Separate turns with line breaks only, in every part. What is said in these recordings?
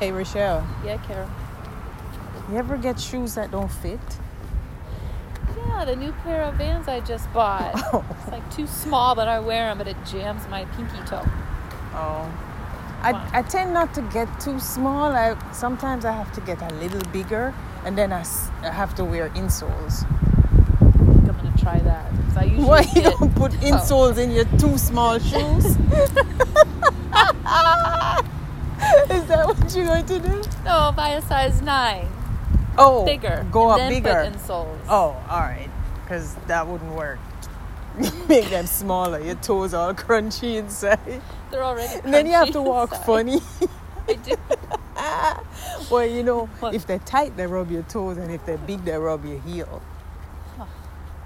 Hey Rochelle,
Yeah, Carol.
you ever get shoes that don't fit?
Yeah, the new pair of Vans I just bought.
Oh.
It's like too small, but I wear them, but it jams my pinky toe.
Oh. I,
Wow.
I tend not to get too small. I sometimes I have to get a little bigger, and then I, s- I have to wear insoles.
I think I'm gonna try that. 'cause I usually
Why you Oh.
get-
don't put insoles in your too small shoes? Is that what you're going to do?
No, buy a size nine,
Oh,
bigger.
Go
and
up
then
bigger.
Put insoles.
Oh, all right. Because that wouldn't work. Make them smaller. Your toes all crunchy inside.
they're already.
And then you have to
crunchy
walk
inside.
funny.
I do.
well, you know,
What?
if they're tight, they rub your toes, and if they're big, they rub your heel.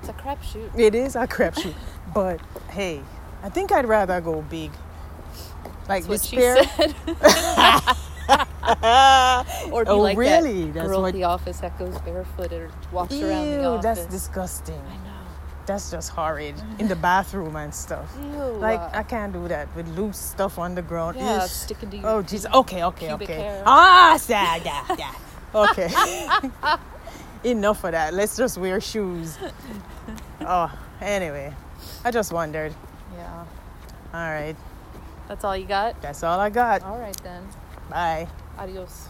It's a crapshoot.
It is a crapshoot. but hey, I think I'd rather go big. Like
That's what
this
she
pair.
said. or be
Oh,
like
really?
that
That's
girl
what-
at the office that goes barefooted or walks
Ew,
around the office.
that's disgusting.
I know.
That's just horrid. In the bathroom and stuff.
Ew.
Like I can't do that with loose stuff on the ground.
yeah,
Eesh.
sticking to your.
Oh Jesus. Okay, okay,
pubic
okay.
hair.
Ah, yeah, yeah, yeah. Okay. Enough of that. Let's just wear shoes. Oh, anyway, I just wondered.
Yeah.
All right,
That's all you got?
that's all I got.
All right then.
Bye.
Adios.